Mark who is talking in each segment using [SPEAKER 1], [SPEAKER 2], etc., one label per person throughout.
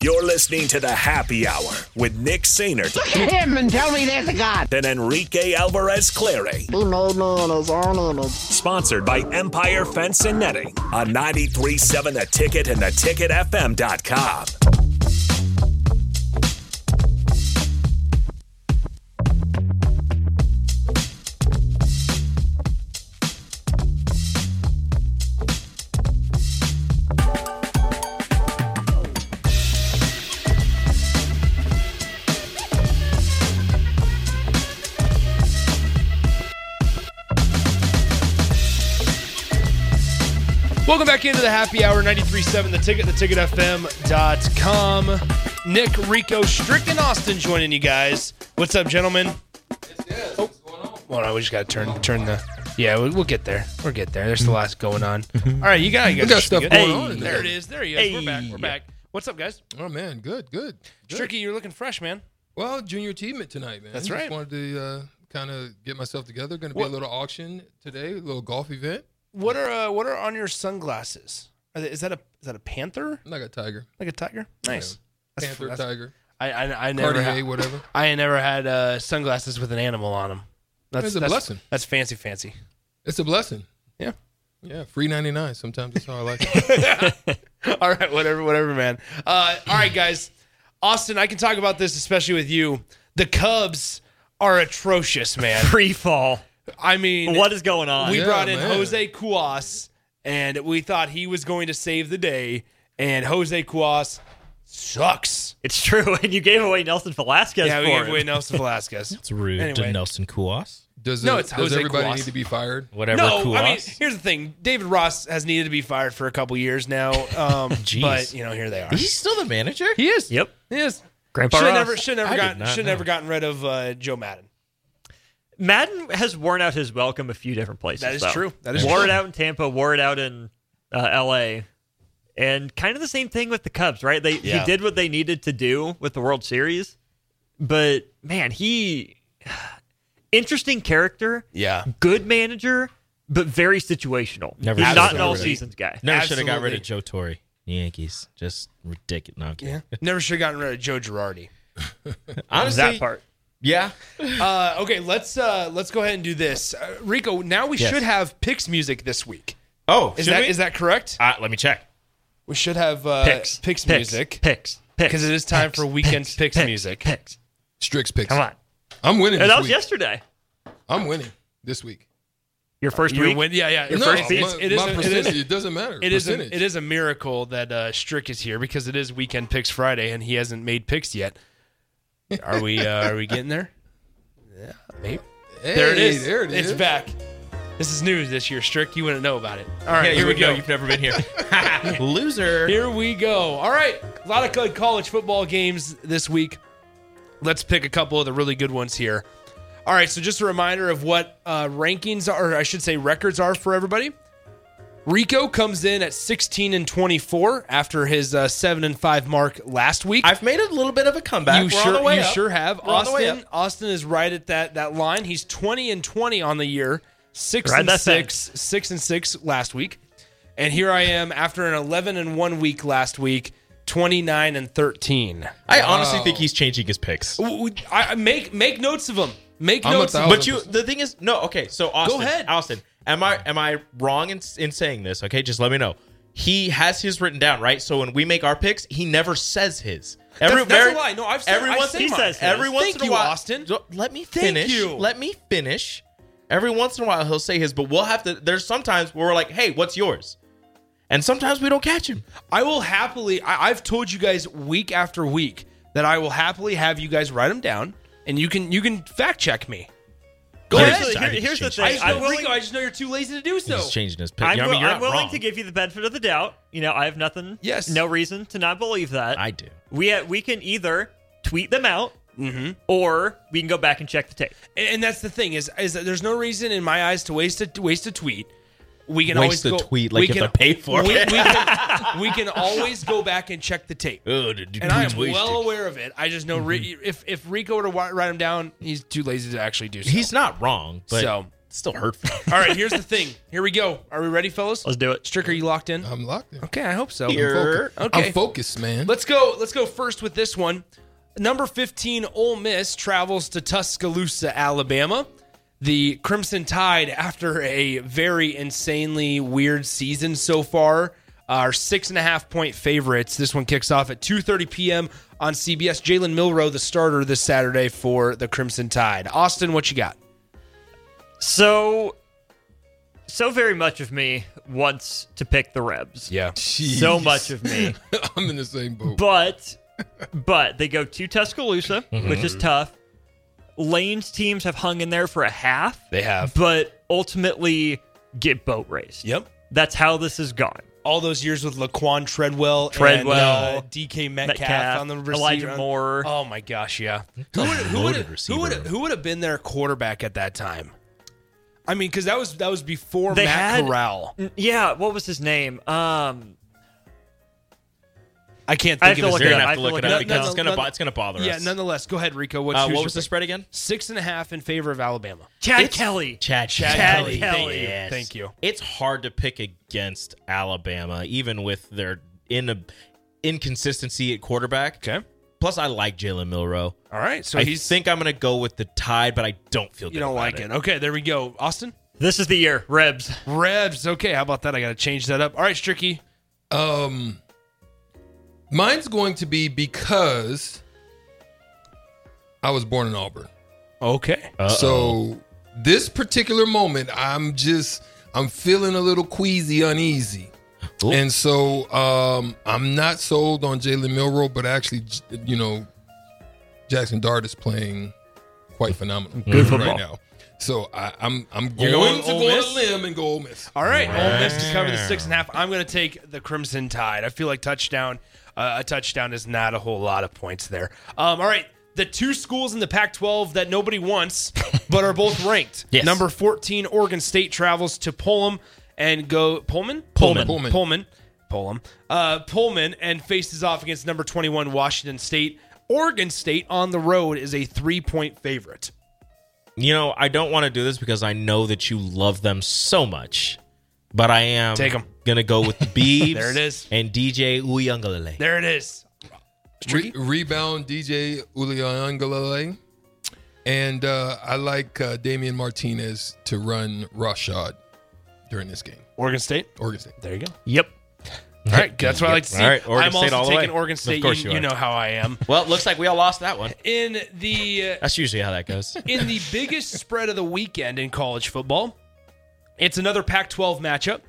[SPEAKER 1] You're listening to the Happy Hour with Nick Sainert
[SPEAKER 2] Look at him and tell me there's a God.
[SPEAKER 1] and Enrique Alvarez Clary.
[SPEAKER 2] He made me in his own image.
[SPEAKER 1] Sponsored by Empire Fence and Netting on 93.7 The Ticket and theticketfm.com.
[SPEAKER 3] Welcome back into the happy hour 93.7, the ticket, the ticketfm.com. Nick, Rico, Strick, and Austin joining you guys. What's up, gentlemen? Oh. Well, no, we just got to turn turn the. Yeah, we, we'll get there. We'll get there. There's a lot going on. All right, you got you guys
[SPEAKER 4] got
[SPEAKER 3] are
[SPEAKER 4] stuff
[SPEAKER 3] good.
[SPEAKER 4] going on in
[SPEAKER 3] There
[SPEAKER 4] there.
[SPEAKER 3] it is. There he is. We're back. We're back. What's up, guys?
[SPEAKER 4] Oh man, good, good. good.
[SPEAKER 3] Stricky, you're looking fresh, man.
[SPEAKER 4] Well, junior achievement tonight, man.
[SPEAKER 3] That's
[SPEAKER 4] Just
[SPEAKER 3] right.
[SPEAKER 4] wanted to uh, kind of get myself together. Going to be
[SPEAKER 3] What-
[SPEAKER 4] a little auction today, a little golf event.
[SPEAKER 3] What are uh, what are on your sunglasses? Are they, is that a is that a panther?
[SPEAKER 4] And I got tiger,
[SPEAKER 3] Like a tiger? Nice. That's-
[SPEAKER 4] panther,
[SPEAKER 3] that's-
[SPEAKER 4] tiger,
[SPEAKER 3] I, I, I never ha-
[SPEAKER 4] Cartier, whatever.
[SPEAKER 3] I ain't never had uh, sunglasses with an animal on them. That's
[SPEAKER 4] That's a blessing.
[SPEAKER 3] That's fancy, fancy.
[SPEAKER 4] It's a blessing.
[SPEAKER 3] Yeah.
[SPEAKER 4] Yeah, free ninety nine. Sometimes that's how I like it.
[SPEAKER 3] all right, whatever, whatever, man. Uh, all right, guys. Austin, I can talk about this, especially with you. The Cubs are atrocious, man.
[SPEAKER 5] free fall.
[SPEAKER 3] I mean,
[SPEAKER 5] What is going on?
[SPEAKER 3] we
[SPEAKER 4] Yeah,
[SPEAKER 3] brought in
[SPEAKER 4] man.
[SPEAKER 3] Jose Cuas, and we thought he was going to save the day, and Jose Cuas sucks.
[SPEAKER 5] it's true. And you gave away Nelson Velasquez
[SPEAKER 3] yeah,
[SPEAKER 5] for
[SPEAKER 3] we gave
[SPEAKER 5] him.
[SPEAKER 3] away Nelson Velasquez.
[SPEAKER 6] It's rude
[SPEAKER 3] Anyway.
[SPEAKER 6] to Nelson Kuas.
[SPEAKER 4] Does
[SPEAKER 3] No,
[SPEAKER 4] it-
[SPEAKER 3] it's
[SPEAKER 4] does
[SPEAKER 3] Jose
[SPEAKER 4] everybody
[SPEAKER 3] Cuas.
[SPEAKER 4] need to be fired?
[SPEAKER 6] Whatever
[SPEAKER 3] No,
[SPEAKER 6] Kuas.
[SPEAKER 3] I mean, here's the thing. David Ross has needed to be fired for a couple years now. Um,
[SPEAKER 6] Jeez.
[SPEAKER 3] But, you know, here they are.
[SPEAKER 6] He's still the manager?
[SPEAKER 3] He is.
[SPEAKER 5] Yep.
[SPEAKER 3] He is.
[SPEAKER 5] Grandpa
[SPEAKER 3] Should have
[SPEAKER 5] Ross.
[SPEAKER 3] never, should never
[SPEAKER 6] I did
[SPEAKER 3] gotten,
[SPEAKER 6] not
[SPEAKER 3] should
[SPEAKER 6] know.
[SPEAKER 3] never gotten rid of uh, Joe Madden.
[SPEAKER 5] Madden has worn out his welcome a few different places.
[SPEAKER 3] That is
[SPEAKER 5] though.
[SPEAKER 3] true. That is
[SPEAKER 5] wore
[SPEAKER 3] true.
[SPEAKER 5] it out in Tampa. Wore it out in uh, L.A. And kind of the same thing with the Cubs, right? They
[SPEAKER 3] Yeah.
[SPEAKER 5] he did what they needed to do with the World Series, but man, he interesting character,
[SPEAKER 3] Yeah.
[SPEAKER 5] good manager, but very situational.
[SPEAKER 6] Never
[SPEAKER 5] He's not an
[SPEAKER 6] should've
[SPEAKER 5] all
[SPEAKER 6] got rid of-
[SPEAKER 5] seasons guy.
[SPEAKER 6] Never should have got rid
[SPEAKER 3] Absolutely.
[SPEAKER 6] of Joe Torre. Yankees. Just ridiculous. No, I'm kidding.
[SPEAKER 3] Never should have gotten rid of Joe Girardi.
[SPEAKER 6] Honestly,
[SPEAKER 5] that part.
[SPEAKER 6] yeah.
[SPEAKER 3] Uh, okay, let's uh, let's go ahead and do this, uh, Rico. Now we
[SPEAKER 6] Yes.
[SPEAKER 3] should have picks music this week.
[SPEAKER 6] Oh,
[SPEAKER 3] Is
[SPEAKER 6] should
[SPEAKER 3] that
[SPEAKER 6] we?
[SPEAKER 3] is that correct?
[SPEAKER 6] Uh, let me check.
[SPEAKER 3] We should have uh,
[SPEAKER 5] Picks,
[SPEAKER 3] picks,
[SPEAKER 5] picks,
[SPEAKER 3] music
[SPEAKER 5] picks, picks,
[SPEAKER 3] because it is time for weekend picks,
[SPEAKER 5] picks,
[SPEAKER 3] music.
[SPEAKER 5] Picks.
[SPEAKER 4] Strix picks.
[SPEAKER 5] Come on.
[SPEAKER 4] I'm winning.
[SPEAKER 5] And
[SPEAKER 4] this
[SPEAKER 5] that was
[SPEAKER 4] week.
[SPEAKER 5] yesterday.
[SPEAKER 4] I'm winning this week.
[SPEAKER 5] Your first
[SPEAKER 3] You
[SPEAKER 5] week.
[SPEAKER 3] win, yeah, yeah.
[SPEAKER 4] no,
[SPEAKER 3] It's-
[SPEAKER 4] my,
[SPEAKER 3] it's- it is
[SPEAKER 4] my
[SPEAKER 3] a- it
[SPEAKER 4] percentage.
[SPEAKER 3] is-
[SPEAKER 4] It, doesn't matter.
[SPEAKER 3] it is
[SPEAKER 4] Percentage.
[SPEAKER 3] a, it is a miracle that uh, Strick is here because it is weekend picks Friday and he hasn't made picks yet. Are we uh, are we getting there? Yeah, maybe. There it
[SPEAKER 4] Hey,
[SPEAKER 3] is.
[SPEAKER 4] There it is.
[SPEAKER 3] It's back. This is news this year, Strick. You wouldn't know about it. All right,
[SPEAKER 6] Yeah,
[SPEAKER 3] here we go.
[SPEAKER 6] You've never been here. Loser.
[SPEAKER 3] Here we go. All right, a lot of good college football games this week. Let's pick a couple of the really good ones here. All right, so just a reminder of what uh, rankings are, or I should say records are for everybody. Rico comes in at 16 and 24 after his uh, 7 and 5 mark last week.
[SPEAKER 6] I've made a little bit of a comeback.
[SPEAKER 3] you
[SPEAKER 6] We're
[SPEAKER 3] sure
[SPEAKER 6] on the way
[SPEAKER 3] you
[SPEAKER 6] up.
[SPEAKER 3] sure have.
[SPEAKER 6] We're on the way
[SPEAKER 3] Austin
[SPEAKER 6] up.
[SPEAKER 3] Austin is right at that that line. He's 20 and 20 on the year. 6
[SPEAKER 5] Ride
[SPEAKER 3] and
[SPEAKER 5] that
[SPEAKER 3] 6, 6 and 6 last week. And here I am after an 11 and 1 week last week, 29 and 13.
[SPEAKER 6] I honestly
[SPEAKER 3] Oh.
[SPEAKER 6] think he's changing his picks.
[SPEAKER 3] W- w- I- I- make make notes of them. Make
[SPEAKER 4] I'm a
[SPEAKER 3] notes. of 'em.
[SPEAKER 4] thousand
[SPEAKER 6] But you, the thing is, no. Okay, so Austin,
[SPEAKER 3] ahead.
[SPEAKER 6] Austin, am I am I wrong in, in saying this? Okay, just let me know. He has his written down, right? So when we make our picks, he never says his.
[SPEAKER 3] That's- that's a lie. No, I've said-
[SPEAKER 6] every
[SPEAKER 3] I've
[SPEAKER 6] once-
[SPEAKER 3] said
[SPEAKER 5] He mine. says his.
[SPEAKER 6] every once
[SPEAKER 3] Thank
[SPEAKER 6] in a
[SPEAKER 3] you,
[SPEAKER 6] while,
[SPEAKER 3] Austin.
[SPEAKER 6] So Let me
[SPEAKER 3] Thank
[SPEAKER 6] finish.
[SPEAKER 3] you.
[SPEAKER 6] Let me finish. Every once in a while, he'll say his, but we'll have to. There's sometimes where we're like, "Hey, what's yours?" And sometimes we don't catch him.
[SPEAKER 3] I will happily. I, I've told you guys week after week that I will happily have you guys write them down, and you can you can fact check me. Go
[SPEAKER 6] Yeah,
[SPEAKER 3] ahead.
[SPEAKER 6] he's- I
[SPEAKER 5] Here-
[SPEAKER 6] think
[SPEAKER 5] here's
[SPEAKER 6] he's
[SPEAKER 5] the
[SPEAKER 3] I
[SPEAKER 5] thing.
[SPEAKER 6] changed his
[SPEAKER 3] just
[SPEAKER 5] I'm
[SPEAKER 3] know
[SPEAKER 5] willing-
[SPEAKER 3] Rico. I just know you're too lazy to do so.
[SPEAKER 6] He's changing his pick.
[SPEAKER 5] I'm,
[SPEAKER 6] I mean,
[SPEAKER 5] will-
[SPEAKER 6] you're
[SPEAKER 5] I'm
[SPEAKER 6] not
[SPEAKER 5] willing
[SPEAKER 6] wrong.
[SPEAKER 5] to give you the benefit of the doubt. You know, I have nothing.
[SPEAKER 3] Yes.
[SPEAKER 5] No reason to not believe that.
[SPEAKER 6] I do.
[SPEAKER 5] we ha- we can either tweet them out, or we can go back and check the tape.
[SPEAKER 3] And, and that's the thing is is that there's no reason in my eyes to waste a to waste a tweet. We can always
[SPEAKER 6] Waste a
[SPEAKER 3] go,
[SPEAKER 6] tweet like
[SPEAKER 3] we
[SPEAKER 6] you have to pay for
[SPEAKER 3] we,
[SPEAKER 6] it.
[SPEAKER 3] We can, we can always go back and check the tape.
[SPEAKER 6] Oh, the dude's
[SPEAKER 3] And I am
[SPEAKER 6] wasted.
[SPEAKER 3] well aware of it. I just know
[SPEAKER 6] Mm-hmm.
[SPEAKER 3] Ri- if if Rico were to wi- write him down, he's too lazy to actually do so.
[SPEAKER 6] He's not wrong, but
[SPEAKER 3] So.
[SPEAKER 6] it's still hurtful.
[SPEAKER 3] All right, here's the thing. Here we go. Are we ready, fellas?
[SPEAKER 5] Let's do it.
[SPEAKER 3] Strick, are you locked in?
[SPEAKER 4] I'm locked in.
[SPEAKER 3] okay, I hope so.
[SPEAKER 6] Here.
[SPEAKER 4] Focus.
[SPEAKER 3] Okay.
[SPEAKER 4] I'm focused, man.
[SPEAKER 3] Let's go. Let's go first with this one. Number 15, Ole Miss travels to Tuscaloosa, Alabama. The Crimson Tide, after a very insanely weird season so far, are six and a half point favorites. This one kicks off at 2:30 p.m. on CBS. Jalen Milrow, the starter this Saturday for the Crimson Tide. Austin, what you got?
[SPEAKER 5] So, so very much of me wants to pick the Rebs.
[SPEAKER 3] Yeah.
[SPEAKER 4] Jeez.
[SPEAKER 5] So much of me,
[SPEAKER 4] I'm in the same boat.
[SPEAKER 5] but but they go to Tuscaloosa,
[SPEAKER 3] Mm-hmm.
[SPEAKER 5] which is tough. Lane's teams have hung in there for a half.
[SPEAKER 3] They have.
[SPEAKER 5] but ultimately get boat raced.
[SPEAKER 3] Yep.
[SPEAKER 5] That's how this has gone.
[SPEAKER 3] All those years with Laquan Treadwell,
[SPEAKER 5] Treadwell,
[SPEAKER 3] and, uh, DK Metcalf,
[SPEAKER 5] Metcalf,
[SPEAKER 3] on the receiver.
[SPEAKER 5] Elijah Moore.
[SPEAKER 3] Oh my gosh, yeah. Who would who would
[SPEAKER 6] loaded
[SPEAKER 3] who would
[SPEAKER 6] receiver.
[SPEAKER 3] who would have been their quarterback at that time? I mean, because that was that was before
[SPEAKER 5] They
[SPEAKER 3] Matt
[SPEAKER 5] had-
[SPEAKER 3] Corral.
[SPEAKER 5] N- Yeah, what was his name? Um,
[SPEAKER 3] I can't
[SPEAKER 5] I
[SPEAKER 3] think of
[SPEAKER 5] have to
[SPEAKER 3] his
[SPEAKER 5] look
[SPEAKER 6] You're
[SPEAKER 3] name.
[SPEAKER 6] gonna
[SPEAKER 5] I feel
[SPEAKER 6] have to look
[SPEAKER 5] like
[SPEAKER 6] it up
[SPEAKER 5] that-
[SPEAKER 6] because
[SPEAKER 3] no,
[SPEAKER 6] it's gonna
[SPEAKER 3] no,
[SPEAKER 6] bo- it's gonna bother us.
[SPEAKER 3] Yeah, nonetheless, go ahead, Rico. What's
[SPEAKER 6] Uh,
[SPEAKER 3] who's
[SPEAKER 6] what
[SPEAKER 3] your
[SPEAKER 6] was the
[SPEAKER 3] pick?
[SPEAKER 6] spread again?
[SPEAKER 3] Six and a half in favor of Alabama.
[SPEAKER 5] Chad
[SPEAKER 6] It's-
[SPEAKER 5] Kelly.
[SPEAKER 6] Chad,
[SPEAKER 3] Chad
[SPEAKER 5] Kelly. Kelly.
[SPEAKER 6] Yes.
[SPEAKER 3] Thank you.
[SPEAKER 6] It's hard to pick against Alabama, even with their in inconsistency at quarterback.
[SPEAKER 3] Okay.
[SPEAKER 6] Plus, I like Jalen Milrow.
[SPEAKER 3] All right. So
[SPEAKER 6] I
[SPEAKER 3] he's
[SPEAKER 6] think I'm gonna go with the Tide, but I don't feel good
[SPEAKER 3] you don't
[SPEAKER 6] about
[SPEAKER 3] like it. Okay, there we go. Austin
[SPEAKER 5] This is the year, Rebs.
[SPEAKER 3] Rebs. Okay, how about that? I got to change that up. All right, Stricky.
[SPEAKER 4] Um, mine's going to be because I was born in Auburn.
[SPEAKER 3] Okay.
[SPEAKER 4] So this particular moment, I'm just I'm feeling a little queasy, uneasy,
[SPEAKER 6] Ooh.
[SPEAKER 4] and so um, I'm not sold on Jalen Milrow, but actually, j- you know, Jackson Dart is playing quite phenomenal right
[SPEAKER 5] football.
[SPEAKER 4] now. So I, I'm I'm
[SPEAKER 3] You're
[SPEAKER 4] going,
[SPEAKER 3] going
[SPEAKER 4] to
[SPEAKER 3] Ole
[SPEAKER 4] go
[SPEAKER 3] Miss?
[SPEAKER 4] on a limb and go Ole Miss.
[SPEAKER 3] All right, Ole Miss to cover the six and a half. I'm going to take the Crimson Tide. I feel like touchdown, uh, a touchdown is not a whole lot of points there. Um, all right, the two schools in the Pac-12 that nobody wants, but are both ranked.
[SPEAKER 6] Yes.
[SPEAKER 3] Number 14, Oregon State travels to Pullum and go Pullman,
[SPEAKER 6] Pullman.
[SPEAKER 3] Pullman, Pullman, Pullum, uh, Pullman, and faces off against number 21, Washington State. Oregon State on the road is a three-point favorite.
[SPEAKER 6] You know, I don't want to do this because I know that you love them so much, but I am
[SPEAKER 3] Take 'em.
[SPEAKER 6] Gonna go with the Beavs.
[SPEAKER 3] There it is.
[SPEAKER 6] And DJ Uyunglele.
[SPEAKER 3] There it is.
[SPEAKER 4] Re- rebound DJ Uliangalele. And uh, I like uh, Damian Martinez to run Rashad during this game.
[SPEAKER 3] Oregon State.
[SPEAKER 4] Oregon State.
[SPEAKER 3] There you go.
[SPEAKER 5] Yep.
[SPEAKER 3] All right, that's what I like to see.
[SPEAKER 6] All right, Oregon
[SPEAKER 3] I'm
[SPEAKER 6] State
[SPEAKER 3] also
[SPEAKER 6] all the way.
[SPEAKER 3] taking Oregon
[SPEAKER 6] Of
[SPEAKER 3] State.
[SPEAKER 6] course
[SPEAKER 3] you, you
[SPEAKER 6] you are.
[SPEAKER 3] know how I am.
[SPEAKER 6] Well, it looks like we all lost that one.
[SPEAKER 3] In the uh,
[SPEAKER 6] That's usually how that goes.
[SPEAKER 3] in the biggest spread of the weekend in college football, it's another Pac-12 matchup.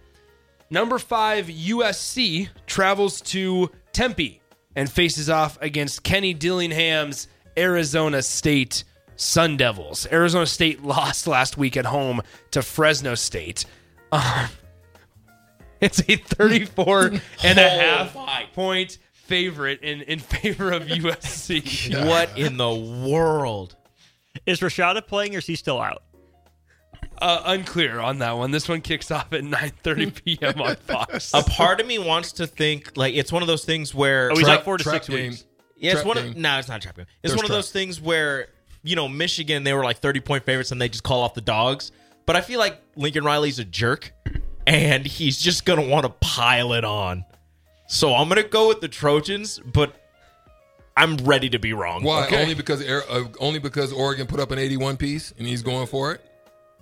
[SPEAKER 3] Number five USC travels to Tempe and faces off against Kenny Dillingham's Arizona State Sun Devils. Arizona State lost last week at home to Fresno State. Um, it's a 34 and a half point favorite in, in favor of USC.
[SPEAKER 6] what in the world?
[SPEAKER 5] Is Rashada playing or is he still out?
[SPEAKER 3] Uh, unclear on that one. This one kicks off at 9:30 p.m. on Fox.
[SPEAKER 6] A part of me wants to think like it's one of those things where
[SPEAKER 5] Oh, he's
[SPEAKER 4] Trap-
[SPEAKER 5] out four to
[SPEAKER 4] trap
[SPEAKER 5] six
[SPEAKER 4] game.
[SPEAKER 5] weeks.
[SPEAKER 6] Yeah, it's
[SPEAKER 4] Trap
[SPEAKER 6] one. Of,
[SPEAKER 4] game.
[SPEAKER 6] no, it's not a trap game. It's
[SPEAKER 4] There's
[SPEAKER 6] one of
[SPEAKER 4] trap.
[SPEAKER 6] those things where you know Michigan they were like thirty point favorites and they just call off the dogs. But I feel like Lincoln Riley's a jerk, and he's just gonna want to pile it on. So I'm gonna go with the Trojans, but I'm ready to be wrong.
[SPEAKER 4] Why? Only because Air- uh, only because Oregon put up an 81 piece and he's going for it.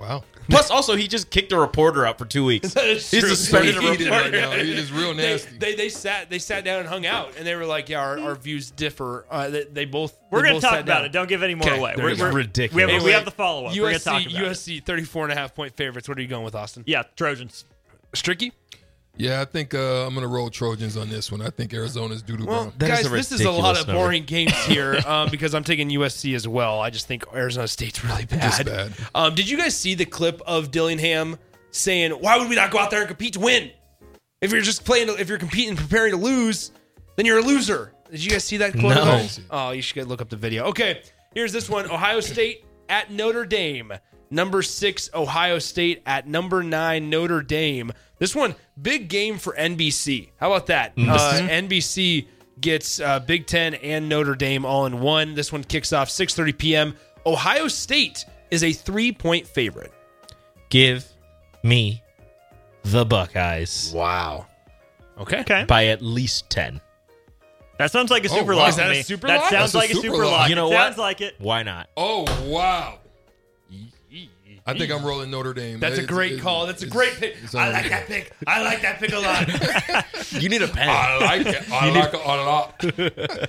[SPEAKER 4] Wow.
[SPEAKER 6] Plus, also, he just kicked a reporter out for two weeks.
[SPEAKER 3] It's
[SPEAKER 6] He's
[SPEAKER 3] true.
[SPEAKER 6] suspended
[SPEAKER 4] So
[SPEAKER 6] a
[SPEAKER 4] he heated
[SPEAKER 6] reporter.
[SPEAKER 4] right now. He is real
[SPEAKER 3] They,
[SPEAKER 4] nasty.
[SPEAKER 3] they they sat they sat down and hung out, and they were like, "Yeah, our, our views differ." Uh, they, they both
[SPEAKER 5] We're
[SPEAKER 3] they
[SPEAKER 5] going
[SPEAKER 3] both
[SPEAKER 5] to talk
[SPEAKER 3] sat
[SPEAKER 5] about
[SPEAKER 3] down.
[SPEAKER 5] it. Don't give any more
[SPEAKER 3] Okay.
[SPEAKER 5] away.
[SPEAKER 3] That
[SPEAKER 5] We're,
[SPEAKER 3] is
[SPEAKER 5] we're-
[SPEAKER 6] ridiculous.
[SPEAKER 5] We have, we
[SPEAKER 3] Anyway,
[SPEAKER 5] have the follow up. We're going to
[SPEAKER 3] USC
[SPEAKER 5] talk about it.
[SPEAKER 3] USC 34 and a half point favorites. What are you going with, Austin?
[SPEAKER 5] Yeah, Trojans.
[SPEAKER 3] Stricky?
[SPEAKER 4] yeah, I think uh, I'm going to roll Trojans on this one. I think Arizona's due to
[SPEAKER 3] Well,
[SPEAKER 4] ground.
[SPEAKER 6] That is
[SPEAKER 3] guys,
[SPEAKER 6] a
[SPEAKER 3] this is a lot
[SPEAKER 6] ridiculous
[SPEAKER 3] of
[SPEAKER 6] number.
[SPEAKER 3] boring games here um, because I'm taking USC as well. I just think Arizona State's really bad.
[SPEAKER 4] bad.
[SPEAKER 3] Um, did you guys see the clip of Dillingham saying, "Why would we not go out there and compete to win? If you're just playing, if you're competing, preparing to lose, then you're a loser." Did you guys see that quote?
[SPEAKER 6] No.
[SPEAKER 3] at all? Oh, you should go look up the video. Okay, here's this one: Ohio State at Notre Dame. Number six, Ohio State at number nine, Notre Dame. This one, big game for NBC. How about that? Uh, NBC gets uh, Big Ten and Notre Dame all in one. This one kicks off 6:30 p.m. Ohio State is a three-point favorite.
[SPEAKER 6] Give me the Buckeyes
[SPEAKER 3] Wow. Okay.
[SPEAKER 5] Okay.
[SPEAKER 6] by at least 10.
[SPEAKER 5] That sounds like a
[SPEAKER 4] Oh,
[SPEAKER 5] super
[SPEAKER 4] wow.
[SPEAKER 5] lock.
[SPEAKER 4] Is
[SPEAKER 5] to
[SPEAKER 3] that a
[SPEAKER 5] me.
[SPEAKER 3] super
[SPEAKER 5] That
[SPEAKER 3] lock?
[SPEAKER 5] sounds
[SPEAKER 4] That's a
[SPEAKER 5] like a
[SPEAKER 4] super
[SPEAKER 5] super
[SPEAKER 4] lock.
[SPEAKER 5] lock.
[SPEAKER 6] You know
[SPEAKER 5] It sounds
[SPEAKER 6] what?
[SPEAKER 5] like it.
[SPEAKER 6] Why not?
[SPEAKER 4] Oh, wow. I think I'm rolling Notre Dame.
[SPEAKER 3] That's a
[SPEAKER 4] It's-
[SPEAKER 3] great
[SPEAKER 4] it's-
[SPEAKER 3] call. That's a
[SPEAKER 4] it's-
[SPEAKER 3] great pick.
[SPEAKER 4] it's
[SPEAKER 3] I like
[SPEAKER 4] unreal.
[SPEAKER 3] that pick. I like that pick a lot. Uh,
[SPEAKER 6] You need a pen.
[SPEAKER 4] I like it. I like it a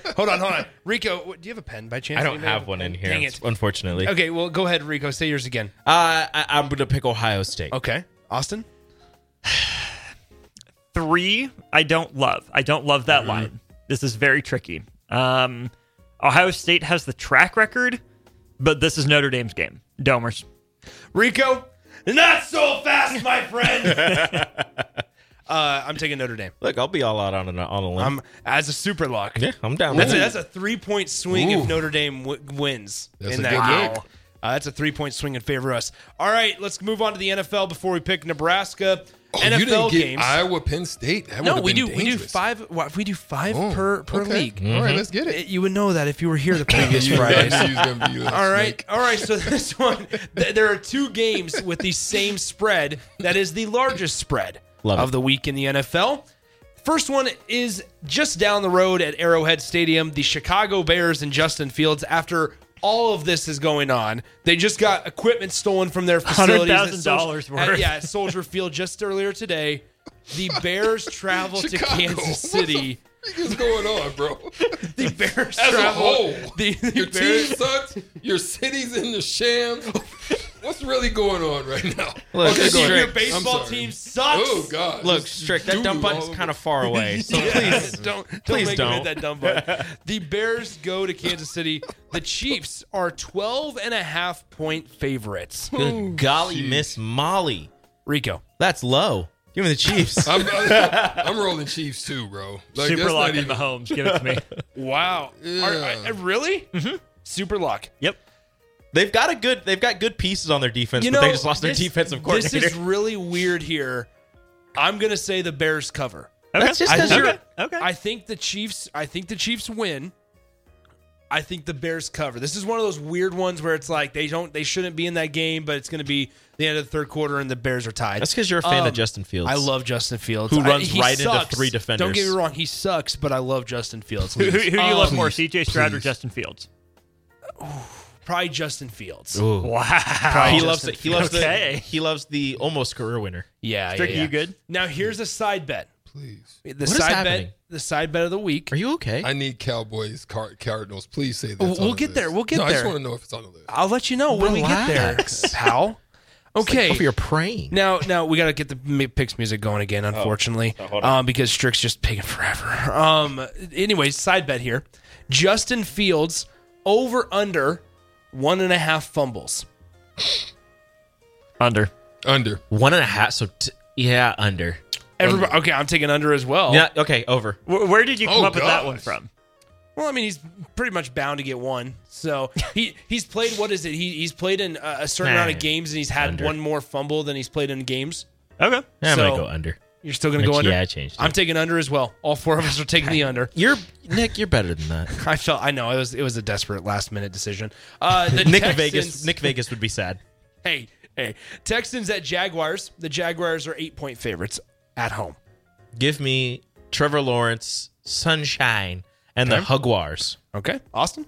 [SPEAKER 4] lot.
[SPEAKER 3] hold on, hold on. Rico, what, do you have a pen by chance?
[SPEAKER 6] I don't
[SPEAKER 3] Anybody
[SPEAKER 6] have
[SPEAKER 3] a
[SPEAKER 6] one
[SPEAKER 3] pen?
[SPEAKER 6] in here,
[SPEAKER 3] Dang it.
[SPEAKER 6] unfortunately.
[SPEAKER 3] Okay, well, go ahead, Rico. Say yours again.
[SPEAKER 6] Uh, I, I'm going to pick Ohio State.
[SPEAKER 3] Okay. Austin?
[SPEAKER 5] Three, I don't love. I don't love
[SPEAKER 4] Hmm.
[SPEAKER 5] that line. This is very tricky. Um, Ohio State has the track record, but this is Notre Dame's game. Domers.
[SPEAKER 3] Rico? Not so fast, my friend. uh, I'm taking Notre Dame.
[SPEAKER 6] Look, I'll be all out on a, on a limb.
[SPEAKER 3] I'm as a super lock.
[SPEAKER 6] yeah, I'm down
[SPEAKER 3] That's a,
[SPEAKER 6] with
[SPEAKER 3] that's a three point swing if
[SPEAKER 4] Ooh.
[SPEAKER 3] Notre Dame w- wins
[SPEAKER 4] That's
[SPEAKER 3] in
[SPEAKER 4] a
[SPEAKER 3] that
[SPEAKER 4] good
[SPEAKER 3] game.
[SPEAKER 4] pick.
[SPEAKER 3] Uh, that's a three point swing in favor of us. All right, let's move on to the NFL before we pick Nebraska.
[SPEAKER 4] Oh,
[SPEAKER 3] NFL
[SPEAKER 4] you didn't get
[SPEAKER 3] games.
[SPEAKER 4] Iowa Penn State. That
[SPEAKER 3] no,
[SPEAKER 4] would've
[SPEAKER 3] we do.
[SPEAKER 4] been
[SPEAKER 3] We do
[SPEAKER 4] dangerous.
[SPEAKER 3] five. What, we do five
[SPEAKER 4] Oh,
[SPEAKER 3] per per
[SPEAKER 4] okay.
[SPEAKER 3] league. Mm-hmm.
[SPEAKER 4] All right, let's get
[SPEAKER 3] It-
[SPEAKER 4] it.
[SPEAKER 3] You would know that if you were here the previous
[SPEAKER 4] You
[SPEAKER 3] Fridays.
[SPEAKER 4] better use them to you,
[SPEAKER 3] All right,
[SPEAKER 4] snake.
[SPEAKER 3] all right. So this one, th- there are two games with the same spread. That is the largest spread
[SPEAKER 6] Love it.
[SPEAKER 3] of the week in the NFL. First one is just down the road at Arrowhead Stadium. The Chicago Bears and Justin Fields. After all of this is going on, they just got equipment stolen from their facilities. at
[SPEAKER 5] $100,000
[SPEAKER 3] Sol- at-
[SPEAKER 5] worth.
[SPEAKER 3] yeah, at Soldier Field just earlier today. The Bears travel to
[SPEAKER 4] Chicago,
[SPEAKER 3] Kansas City.
[SPEAKER 4] What the f- is going on, bro?
[SPEAKER 3] The Bears
[SPEAKER 4] As a
[SPEAKER 3] travel.
[SPEAKER 4] whole,
[SPEAKER 3] the- the
[SPEAKER 4] your
[SPEAKER 3] Bears-
[SPEAKER 4] team sucks. Your city's in the sham. What's really going on right now?
[SPEAKER 6] Look,
[SPEAKER 4] Okay, go
[SPEAKER 6] Strick,
[SPEAKER 4] ahead.
[SPEAKER 3] Your baseball
[SPEAKER 4] I'm sorry.
[SPEAKER 3] team sucks.
[SPEAKER 4] Oh God!
[SPEAKER 6] Look,
[SPEAKER 4] Just
[SPEAKER 6] Strick, that
[SPEAKER 4] doo-doo
[SPEAKER 6] dump button's
[SPEAKER 4] all
[SPEAKER 6] kind of
[SPEAKER 4] over.
[SPEAKER 6] far away. So
[SPEAKER 3] please don't, don't
[SPEAKER 6] please
[SPEAKER 3] make Me
[SPEAKER 6] don't.
[SPEAKER 3] hit that dumb button. the Bears go to Kansas City. The Chiefs are 12 and a half point favorites.
[SPEAKER 6] Good golly, Miss Molly.
[SPEAKER 3] Rico.
[SPEAKER 6] That's low. Give me the Chiefs.
[SPEAKER 3] Um,
[SPEAKER 4] I'm, I'm, I'm rolling Chiefs too, bro. Like,
[SPEAKER 5] Super
[SPEAKER 4] that's
[SPEAKER 5] lock
[SPEAKER 4] not
[SPEAKER 5] in
[SPEAKER 4] even-
[SPEAKER 5] Mahomes. Give it to me.
[SPEAKER 3] Wow. Are-
[SPEAKER 4] Yeah.
[SPEAKER 3] are- really? Mm-hmm. Super luck.
[SPEAKER 5] yep.
[SPEAKER 6] they've got a good. They've got good pieces on their defense,
[SPEAKER 3] You
[SPEAKER 6] but
[SPEAKER 3] know,
[SPEAKER 6] they just lost
[SPEAKER 3] this-
[SPEAKER 6] their defensive
[SPEAKER 3] This
[SPEAKER 6] coordinator.
[SPEAKER 3] is really weird here. I'm going to say the Bears cover.
[SPEAKER 6] That's just
[SPEAKER 3] I
[SPEAKER 6] 'cause
[SPEAKER 3] think-
[SPEAKER 6] you're.
[SPEAKER 5] Okay.
[SPEAKER 3] I think the Chiefs. I think the Chiefs win. I think the Bears cover. This is one of those weird ones where it's like they don't, they shouldn't be in that game, but it's going to be the end of the third quarter and the Bears are tied.
[SPEAKER 6] That's because you're a fan
[SPEAKER 3] Um,
[SPEAKER 6] of Justin Fields.
[SPEAKER 3] I love Justin Fields,
[SPEAKER 6] Who
[SPEAKER 3] I-
[SPEAKER 6] runs
[SPEAKER 3] he
[SPEAKER 6] right into
[SPEAKER 3] sucks.
[SPEAKER 6] three defenders.
[SPEAKER 3] Don't get me wrong, he sucks, but I love Justin Fields.
[SPEAKER 5] who, who- who do you
[SPEAKER 3] Um,
[SPEAKER 5] love more,
[SPEAKER 4] please,
[SPEAKER 5] CJ Stroud or
[SPEAKER 4] please.
[SPEAKER 5] Justin Fields?
[SPEAKER 3] Probably Justin Fields.
[SPEAKER 5] Wow.
[SPEAKER 3] Probably
[SPEAKER 6] He loves
[SPEAKER 3] Oh, Justin
[SPEAKER 6] it. He loves
[SPEAKER 5] Okay.
[SPEAKER 6] the. He loves the almost career winner.
[SPEAKER 3] Yeah,
[SPEAKER 5] Strick,
[SPEAKER 3] yeah, yeah.
[SPEAKER 5] you good?
[SPEAKER 3] Now here's a side bet.
[SPEAKER 4] Please,
[SPEAKER 3] The
[SPEAKER 6] is
[SPEAKER 3] side
[SPEAKER 6] happening?
[SPEAKER 3] bet. The side bet of the week.
[SPEAKER 6] Are you okay?
[SPEAKER 4] I need Cowboys, Car- Cardinals. Please say that.
[SPEAKER 3] We'll- we'll get there. We'll get
[SPEAKER 4] no, I just
[SPEAKER 3] there.
[SPEAKER 4] want to know if it's on the list.
[SPEAKER 3] I'll let you know when we get
[SPEAKER 6] Relax.
[SPEAKER 3] there, pal. Okay.
[SPEAKER 6] Hope you're praying.
[SPEAKER 3] Now, now we got to get the mi- picks music going again,
[SPEAKER 6] Oh.
[SPEAKER 3] unfortunately, um, because Strick's just taking forever. Um, anyways, side bet here: Justin Fields over under one and a half fumbles.
[SPEAKER 5] Under.
[SPEAKER 4] Under.
[SPEAKER 6] One and a half. So t- yeah, under.
[SPEAKER 3] Everybody, okay, I'm taking under as well.
[SPEAKER 6] Yeah. Okay. Over.
[SPEAKER 5] Where, where did you come
[SPEAKER 4] Oh,
[SPEAKER 5] up with that
[SPEAKER 4] gosh.
[SPEAKER 5] one from?
[SPEAKER 3] Well, I mean, he's pretty much bound to get one. So he he's played what is it? He he's played in a, a certain
[SPEAKER 6] Nah,
[SPEAKER 3] amount of games, and he's had
[SPEAKER 6] under.
[SPEAKER 3] one more fumble than he's played in games.
[SPEAKER 5] Okay.
[SPEAKER 6] Yeah, I'm
[SPEAKER 3] So-
[SPEAKER 6] gonna go under.
[SPEAKER 3] You're still going to go
[SPEAKER 6] Actually,
[SPEAKER 3] under.
[SPEAKER 6] yeah, I changed it.
[SPEAKER 3] I'm taking under as well. All four of us are taking the under.
[SPEAKER 6] You're Nick. You're better than that.
[SPEAKER 3] I felt I know it was it was a desperate last minute decision. Uh, the
[SPEAKER 6] Nick
[SPEAKER 3] Texans,
[SPEAKER 6] Vegas. Nick Vegas would be sad.
[SPEAKER 3] hey hey Texans at Jaguars. The Jaguars are eight point favorites at home.
[SPEAKER 6] Give me Trevor Lawrence, Sunshine, and the Hugwars.
[SPEAKER 3] Okay, Austin.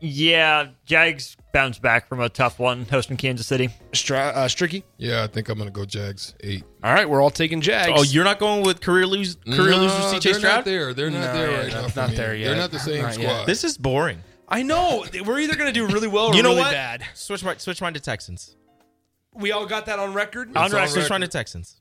[SPEAKER 5] Yeah, Jags bounced back from a tough one hosting Kansas City.
[SPEAKER 3] Stra- uh, Stricky.
[SPEAKER 4] Yeah, I think I'm gonna go Jags eight.
[SPEAKER 3] All right, we're all taking Jags.
[SPEAKER 6] Oh, you're not going with career lose career
[SPEAKER 4] No,
[SPEAKER 6] loser
[SPEAKER 4] they're
[SPEAKER 6] CJ
[SPEAKER 4] Not
[SPEAKER 6] Stroud.
[SPEAKER 4] there, they're not
[SPEAKER 3] No,
[SPEAKER 4] there
[SPEAKER 3] yeah,
[SPEAKER 4] right
[SPEAKER 3] no,
[SPEAKER 4] now.
[SPEAKER 3] it's
[SPEAKER 4] for
[SPEAKER 3] not
[SPEAKER 4] me.
[SPEAKER 3] there yet.
[SPEAKER 4] They're not the same
[SPEAKER 3] Not yet.
[SPEAKER 4] squad.
[SPEAKER 6] This is boring.
[SPEAKER 3] I know we're either going to do really well or
[SPEAKER 6] you know
[SPEAKER 3] really
[SPEAKER 6] what?
[SPEAKER 3] bad.
[SPEAKER 6] Switch my switch mine to Texans.
[SPEAKER 3] We all got that on record.
[SPEAKER 5] On record.
[SPEAKER 6] Switch mine to Texans.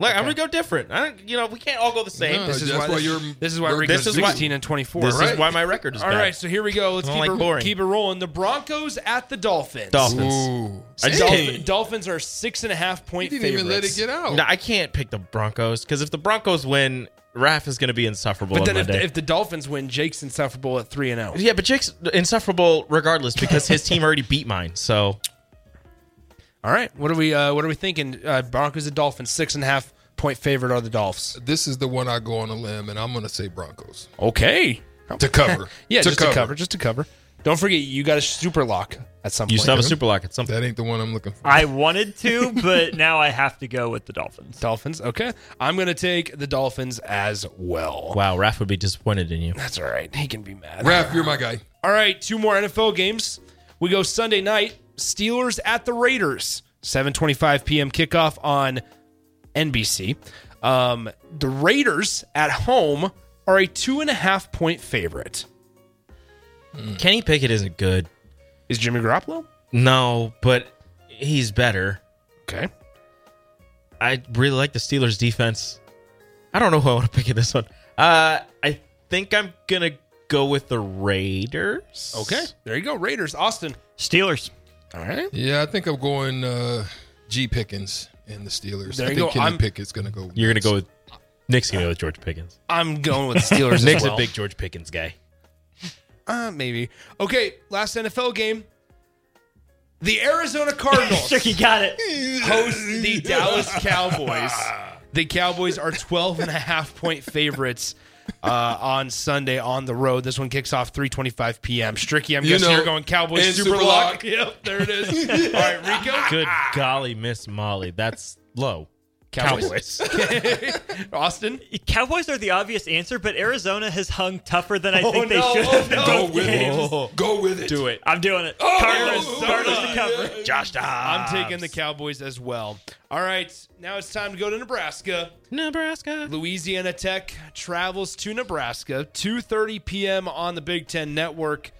[SPEAKER 6] Like I'm gonna go different. I don't, you know, we can't all go the same.
[SPEAKER 4] No,
[SPEAKER 6] this
[SPEAKER 3] This is
[SPEAKER 4] That's
[SPEAKER 3] why,
[SPEAKER 4] why
[SPEAKER 3] this,
[SPEAKER 4] you're-
[SPEAKER 3] this is why Rick
[SPEAKER 6] this
[SPEAKER 3] goes
[SPEAKER 6] is why-
[SPEAKER 3] 16 and 24.
[SPEAKER 6] this
[SPEAKER 3] right?
[SPEAKER 6] is why my record is
[SPEAKER 3] All
[SPEAKER 6] bad.
[SPEAKER 3] right, so here we go. Let's
[SPEAKER 6] I
[SPEAKER 3] keep,
[SPEAKER 6] don't
[SPEAKER 3] it,
[SPEAKER 6] like boring.
[SPEAKER 3] keep it rolling. The Broncos at the Dolphins.
[SPEAKER 6] Dolphins.
[SPEAKER 4] Ooh,
[SPEAKER 3] The
[SPEAKER 4] Dang.
[SPEAKER 3] Dolphin- Dolphins are six and a half
[SPEAKER 4] You
[SPEAKER 3] point
[SPEAKER 4] didn't
[SPEAKER 3] favorites.
[SPEAKER 4] even let it get out.
[SPEAKER 6] No, I can't pick the Broncos because if the Broncos win, Raph is gonna be insufferable
[SPEAKER 3] But
[SPEAKER 6] on
[SPEAKER 3] then if,
[SPEAKER 6] Monday.
[SPEAKER 3] if the Dolphins win, Jake's insufferable at three and oh. zero.
[SPEAKER 6] yeah, but Jake's insufferable regardless because his team already beat mine. So
[SPEAKER 3] All right, what are we? Uh, what are we thinking? Uh, Broncos and Dolphins six and a half point favorite are the Dolphins.
[SPEAKER 4] This is the one I go on a limb, and I'm gonna say Broncos
[SPEAKER 3] Okay.
[SPEAKER 4] to cover.
[SPEAKER 3] Yeah,
[SPEAKER 4] to
[SPEAKER 3] just
[SPEAKER 4] cover.
[SPEAKER 3] to cover, just to cover. Don't forget, you got a super lock at some
[SPEAKER 6] you
[SPEAKER 3] point.
[SPEAKER 6] still have a super lock at some
[SPEAKER 4] That ain't the one I'm looking for.
[SPEAKER 5] I wanted to, but now I have to go with the Dolphins.
[SPEAKER 3] Dolphins. Okay, I'm gonna take the Dolphins as well.
[SPEAKER 6] Wow, Raph would be disappointed in you.
[SPEAKER 3] That's all right. He can be mad.
[SPEAKER 4] Raph, you're my guy.
[SPEAKER 3] All right, two more NFL games. We go Sunday night. Steelers at the Raiders. 7:25 p.m. kickoff on NBC. Um, the Raiders at home are a two and a half point favorite.
[SPEAKER 6] Kenny Pickett isn't good.
[SPEAKER 3] Is Jimmy Garoppolo?
[SPEAKER 6] No, but he's better.
[SPEAKER 3] Okay.
[SPEAKER 6] I really like the Steelers defense. I don't know who I want to pick in this one. Uh, I think I'm gonna go with the Raiders.
[SPEAKER 3] Okay. There you go. Raiders. Austin.
[SPEAKER 5] Steelers.
[SPEAKER 3] All right.
[SPEAKER 4] Yeah, I think I'm going uh, G Pickens and the Steelers.
[SPEAKER 3] There
[SPEAKER 4] I
[SPEAKER 3] you go.
[SPEAKER 4] think Kenny
[SPEAKER 3] I'm-
[SPEAKER 4] Pickett's gonna go.
[SPEAKER 6] You're gonna go with Nick's gonna go with George Pickens.
[SPEAKER 3] I'm going with the Steelers. as
[SPEAKER 6] Nick's
[SPEAKER 3] well.
[SPEAKER 6] a big George Pickens guy.
[SPEAKER 3] Uh, maybe. Okay. Last NFL game. The Arizona Cardinals.
[SPEAKER 5] Sure, you got it.
[SPEAKER 3] host the Dallas Cowboys. The Cowboys are 12 and a half point favorites uh, on Sunday on the road. This one kicks off 3.25 p.m. Stricky, I'm
[SPEAKER 4] You
[SPEAKER 3] guessing
[SPEAKER 4] know,
[SPEAKER 3] you're going Cowboys
[SPEAKER 4] and
[SPEAKER 3] super,
[SPEAKER 4] Super
[SPEAKER 3] lock.
[SPEAKER 4] Lock.
[SPEAKER 3] Yep, there it is. All right, Rico.
[SPEAKER 6] Good golly, Miss Molly, that's low.
[SPEAKER 3] Cowboys. Austin.
[SPEAKER 5] Cowboys are the obvious answer, but Arizona has hung tougher than I think they
[SPEAKER 3] no.
[SPEAKER 5] should have.
[SPEAKER 3] Oh,
[SPEAKER 5] in
[SPEAKER 3] no.
[SPEAKER 5] both games.
[SPEAKER 4] Go with it.
[SPEAKER 3] Do it.
[SPEAKER 5] I'm doing it. Cardinals, Cardinals to cover.
[SPEAKER 6] Josh Dobbs.
[SPEAKER 3] I'm taking the Cowboys as well. All right, now it's time to go to Nebraska.
[SPEAKER 6] Nebraska.
[SPEAKER 3] Louisiana Tech travels to Nebraska. 2:30 p.m. on the Big Ten Network.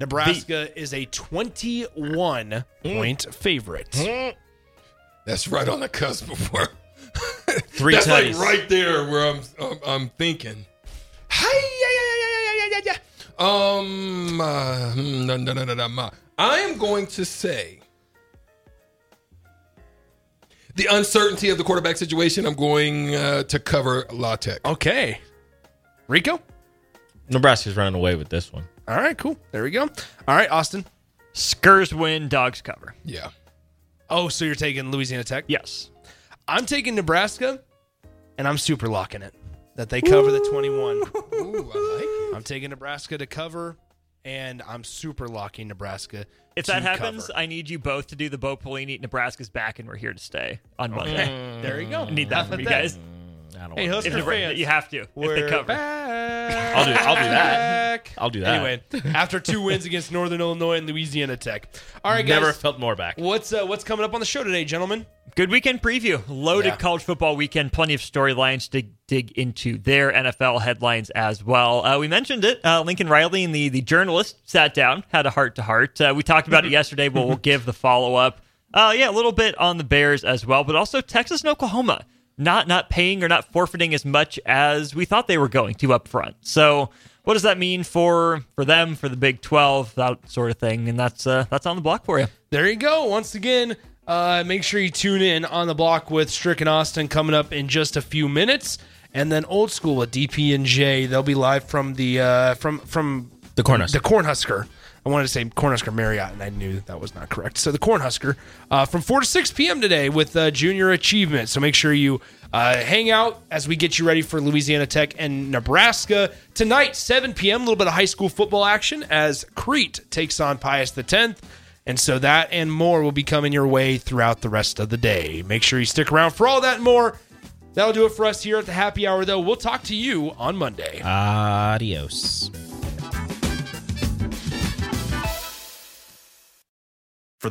[SPEAKER 3] Nebraska is a 21 point favorite.
[SPEAKER 4] That's right on the cusp of where.
[SPEAKER 6] Three
[SPEAKER 4] That's like
[SPEAKER 6] tutties.
[SPEAKER 4] right there where I'm. I'm, I'm thinking. Hey, yeah, yeah, yeah, yeah, yeah, yeah, yeah. Um, uh, hmm, no, no, no, no, no, no. I am going to say the uncertainty of the quarterback situation. I'm going uh, to cover La Tech.
[SPEAKER 3] Okay, Rico.
[SPEAKER 6] Nebraska's running away with this one.
[SPEAKER 3] All right, cool. There we go. All right, Austin.
[SPEAKER 5] Skurs win, dogs cover.
[SPEAKER 4] Yeah.
[SPEAKER 3] Oh, so you're taking Louisiana Tech?
[SPEAKER 5] Yes.
[SPEAKER 3] I'm taking Nebraska, and I'm super locking it that they cover the 21.
[SPEAKER 4] Ooh, I
[SPEAKER 3] I'm taking Nebraska to cover, and I'm super locking Nebraska.
[SPEAKER 5] If
[SPEAKER 3] to
[SPEAKER 5] that happens,
[SPEAKER 3] cover.
[SPEAKER 5] I need you both to do the Bo Pelini. Nebraska's back, and we're here to stay on Monday.
[SPEAKER 3] there you go.
[SPEAKER 5] I need that from you
[SPEAKER 3] Nothing.
[SPEAKER 5] guys.
[SPEAKER 6] I don't
[SPEAKER 3] Hey,
[SPEAKER 6] want
[SPEAKER 5] If
[SPEAKER 3] Husker
[SPEAKER 5] Nebra-
[SPEAKER 3] fans,
[SPEAKER 5] you have to. if
[SPEAKER 3] We're
[SPEAKER 5] they cover.
[SPEAKER 3] back.
[SPEAKER 6] I'll do- I'll do that.
[SPEAKER 3] Back.
[SPEAKER 6] I'll do that.
[SPEAKER 3] Anyway, after two wins against Northern Illinois and Louisiana Tech. All right, guys.
[SPEAKER 6] Never felt more back.
[SPEAKER 3] what's uh, what's coming up on the show today, gentlemen?
[SPEAKER 5] Good weekend preview. Loaded
[SPEAKER 3] Yeah.
[SPEAKER 5] college football weekend. Plenty of storylines to dig into their NFL headlines as well. Uh, we mentioned it. Uh, Lincoln Riley and the, the journalist sat down, had a heart to heart. Uh, We talked about it yesterday, but we'll give the follow up. Uh, yeah, a little bit on the Bears as well, but also Texas and Oklahoma not not paying or not forfeiting as much as we thought they were going to up front. So what does that mean for for them, for the Big Twelve, that sort of thing? And that's uh, that's on the block for you.
[SPEAKER 3] There you go. Once again, uh, make sure you tune in on the block with Strick and Austin coming up in just a few minutes. and then old school at DP and J. They'll be live from the uh, from from
[SPEAKER 6] The Cornhusker.
[SPEAKER 3] The Cornhusker. I wanted to say Cornhusker Marriott, and I knew that, that was not correct. So the Cornhusker uh, from four to six p.m. today with uh, Junior Achievement. So make sure you uh, hang out as we get you ready for Louisiana Tech and Nebraska tonight, seven p.m. A little bit of high school football action as Crete takes on Pius the tenth. And so that and more will be coming your way throughout the rest of the day. Make sure you stick around for all that and more. That'll do it for us here at the happy hour, though. We'll talk to you on Monday.
[SPEAKER 6] Adios.
[SPEAKER 7] For